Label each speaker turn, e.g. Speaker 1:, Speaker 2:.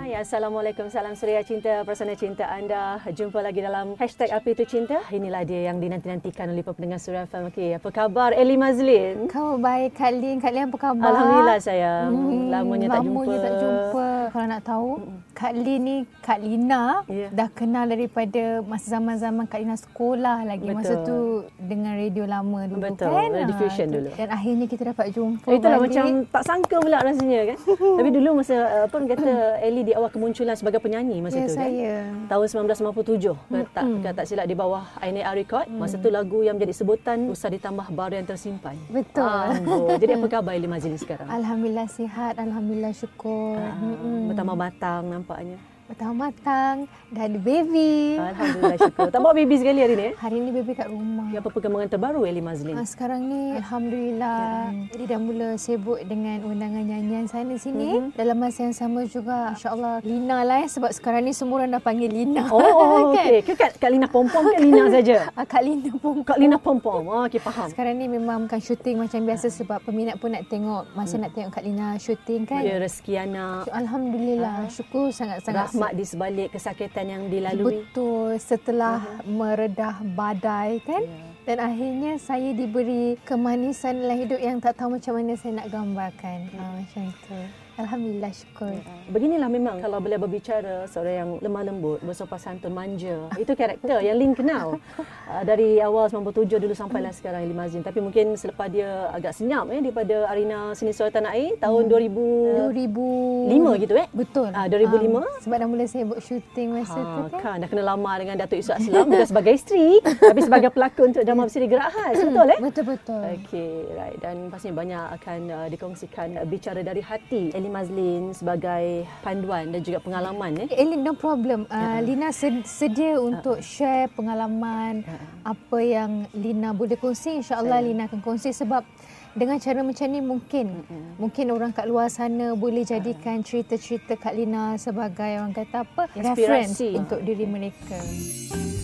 Speaker 1: Hai, Assalamualaikum, salam suria cinta, persona cinta anda. Jumpa lagi dalam hashtag Apa Itu Cinta. Inilah dia yang dinanti-nantikan oleh para pendengar suria FMK. Apa khabar Eli Mazlin?
Speaker 2: Kau baik Kak Lin. Kak Lin apa khabar?
Speaker 1: Alhamdulillah sayang. Lamanya tak jumpa.
Speaker 2: Hmm, Lamanya tak jumpa. Kalau nak tahu, Kak Lin ni Kak Lina
Speaker 1: Ya.
Speaker 2: dah kenal daripada masa zaman-zaman Kak Lina sekolah lagi. Masa
Speaker 1: Betul.
Speaker 2: tu dengan radio lama dulu
Speaker 1: Betul,
Speaker 2: kan.
Speaker 1: radio
Speaker 2: Ah,
Speaker 1: Fusion
Speaker 2: tu.
Speaker 1: dulu. Oh,
Speaker 2: Dan akhirnya kita dapat jumpa
Speaker 1: Itulah
Speaker 2: balik.
Speaker 1: macam tak sangka pula rasanya kan. Tapi dulu masa uh, apa orang kata Eli di awal kemunculan sebagai penyanyi masa
Speaker 2: ya,
Speaker 1: tu kan.
Speaker 2: saya. Hmm.
Speaker 1: Tahun 1997 kalau kan? tak kalau tak silap di bawah INR Record. Masa tu lagu yang menjadi sebutan usah ditambah baru yang tersimpan.
Speaker 2: Betul.
Speaker 1: Amboi. Jadi apa khabar Eli Mazlin sekarang?
Speaker 2: Alhamdulillah sihat, Alhamdulillah syukur.
Speaker 1: Ah,
Speaker 2: Mm-mm.
Speaker 1: Bertambah batang nampaknya.
Speaker 2: Betah matang, dah ada baby.
Speaker 1: Alhamdulillah syukur. Tak bawa baby sekali hari ni eh?
Speaker 2: Hari ni baby kat rumah.
Speaker 1: Ya, Apa perkembangan terbaru Eli Mazlin?
Speaker 2: Ha,
Speaker 1: Ah.
Speaker 2: sekarang ni Alhamdulillah Jadi dah mula sibuk dengan undangan nyanyian sana
Speaker 1: Mhm.
Speaker 2: sini mm-hmm. Dalam masa yang sama juga InsyaAllah Lina lah eh Sebab sekarang ni semua orang dah panggil Lina
Speaker 1: Oh, oh
Speaker 2: Kan?
Speaker 1: okey. Ke Kak, Kak Lina Pompom ke Lina saja?
Speaker 2: Ah, Kak Lina pun
Speaker 1: Kak Lina Pompom. Ah, okey faham.
Speaker 2: Sekarang ni memang bukan syuting macam biasa
Speaker 1: Ah.
Speaker 2: Sebab peminat pun nak tengok Masa nak tengok Kak Lina syuting kan
Speaker 1: Hmm. Ya, rezeki anak.
Speaker 2: Alhamdulillah Syukur sangat-sangat
Speaker 1: rahmat di sebalik kesakitan yang dilalui. Ah.
Speaker 2: Betul setelah meredah badai kan
Speaker 1: Ya.
Speaker 2: dan akhirnya saya diberi kemanisan dalam hidup yang tak tahu macam mana saya nak gambarkan. Ha, macam tu. Alhamdulillah syukur.
Speaker 1: Ya. Beginilah memang kalau beliau berbicara seorang yang lemah lembut, bersopan santun, manja. Itu karakter yang Lin kenal. Uh, dari awal 97 dulu
Speaker 2: Hmm.
Speaker 1: sampailah sekarang Eli Mazlin. Tapi mungkin selepas dia agak senyap eh daripada arena seni suara tanah air tahun
Speaker 2: Hmm.
Speaker 1: 2005
Speaker 2: 2005
Speaker 1: gitu eh.
Speaker 2: Betul.
Speaker 1: Ah, 2005?
Speaker 2: Ah, sebab dah mula saya buat syuting masa tu
Speaker 1: Ha,
Speaker 2: kan.
Speaker 1: kan dah kena lama dengan Datuk Yusof Aslam bukan sebagai isteri tapi sebagai pelakon untuk drama bersiri Gerak Khas betul eh
Speaker 2: Betul betul.
Speaker 1: Okey, right. Dan pastinya banyak akan uh, dikongsikan uh, bicara dari hati Eli Mazlin sebagai panduan dan juga pengalaman eh. Ya. Ah.
Speaker 2: Elin, no problem. Uh, Lina sed- sedia untuk share pengalaman apa yang Lina boleh kongsi. InsyaAllah Lina akan kongsi sebab dengan cara macam ni mungkin mungkin orang kat luar sana boleh jadikan cerita-cerita Kak Lina sebagai orang kata
Speaker 1: Ah.
Speaker 2: apa
Speaker 1: Inspirasi.
Speaker 2: reference untuk diri mereka.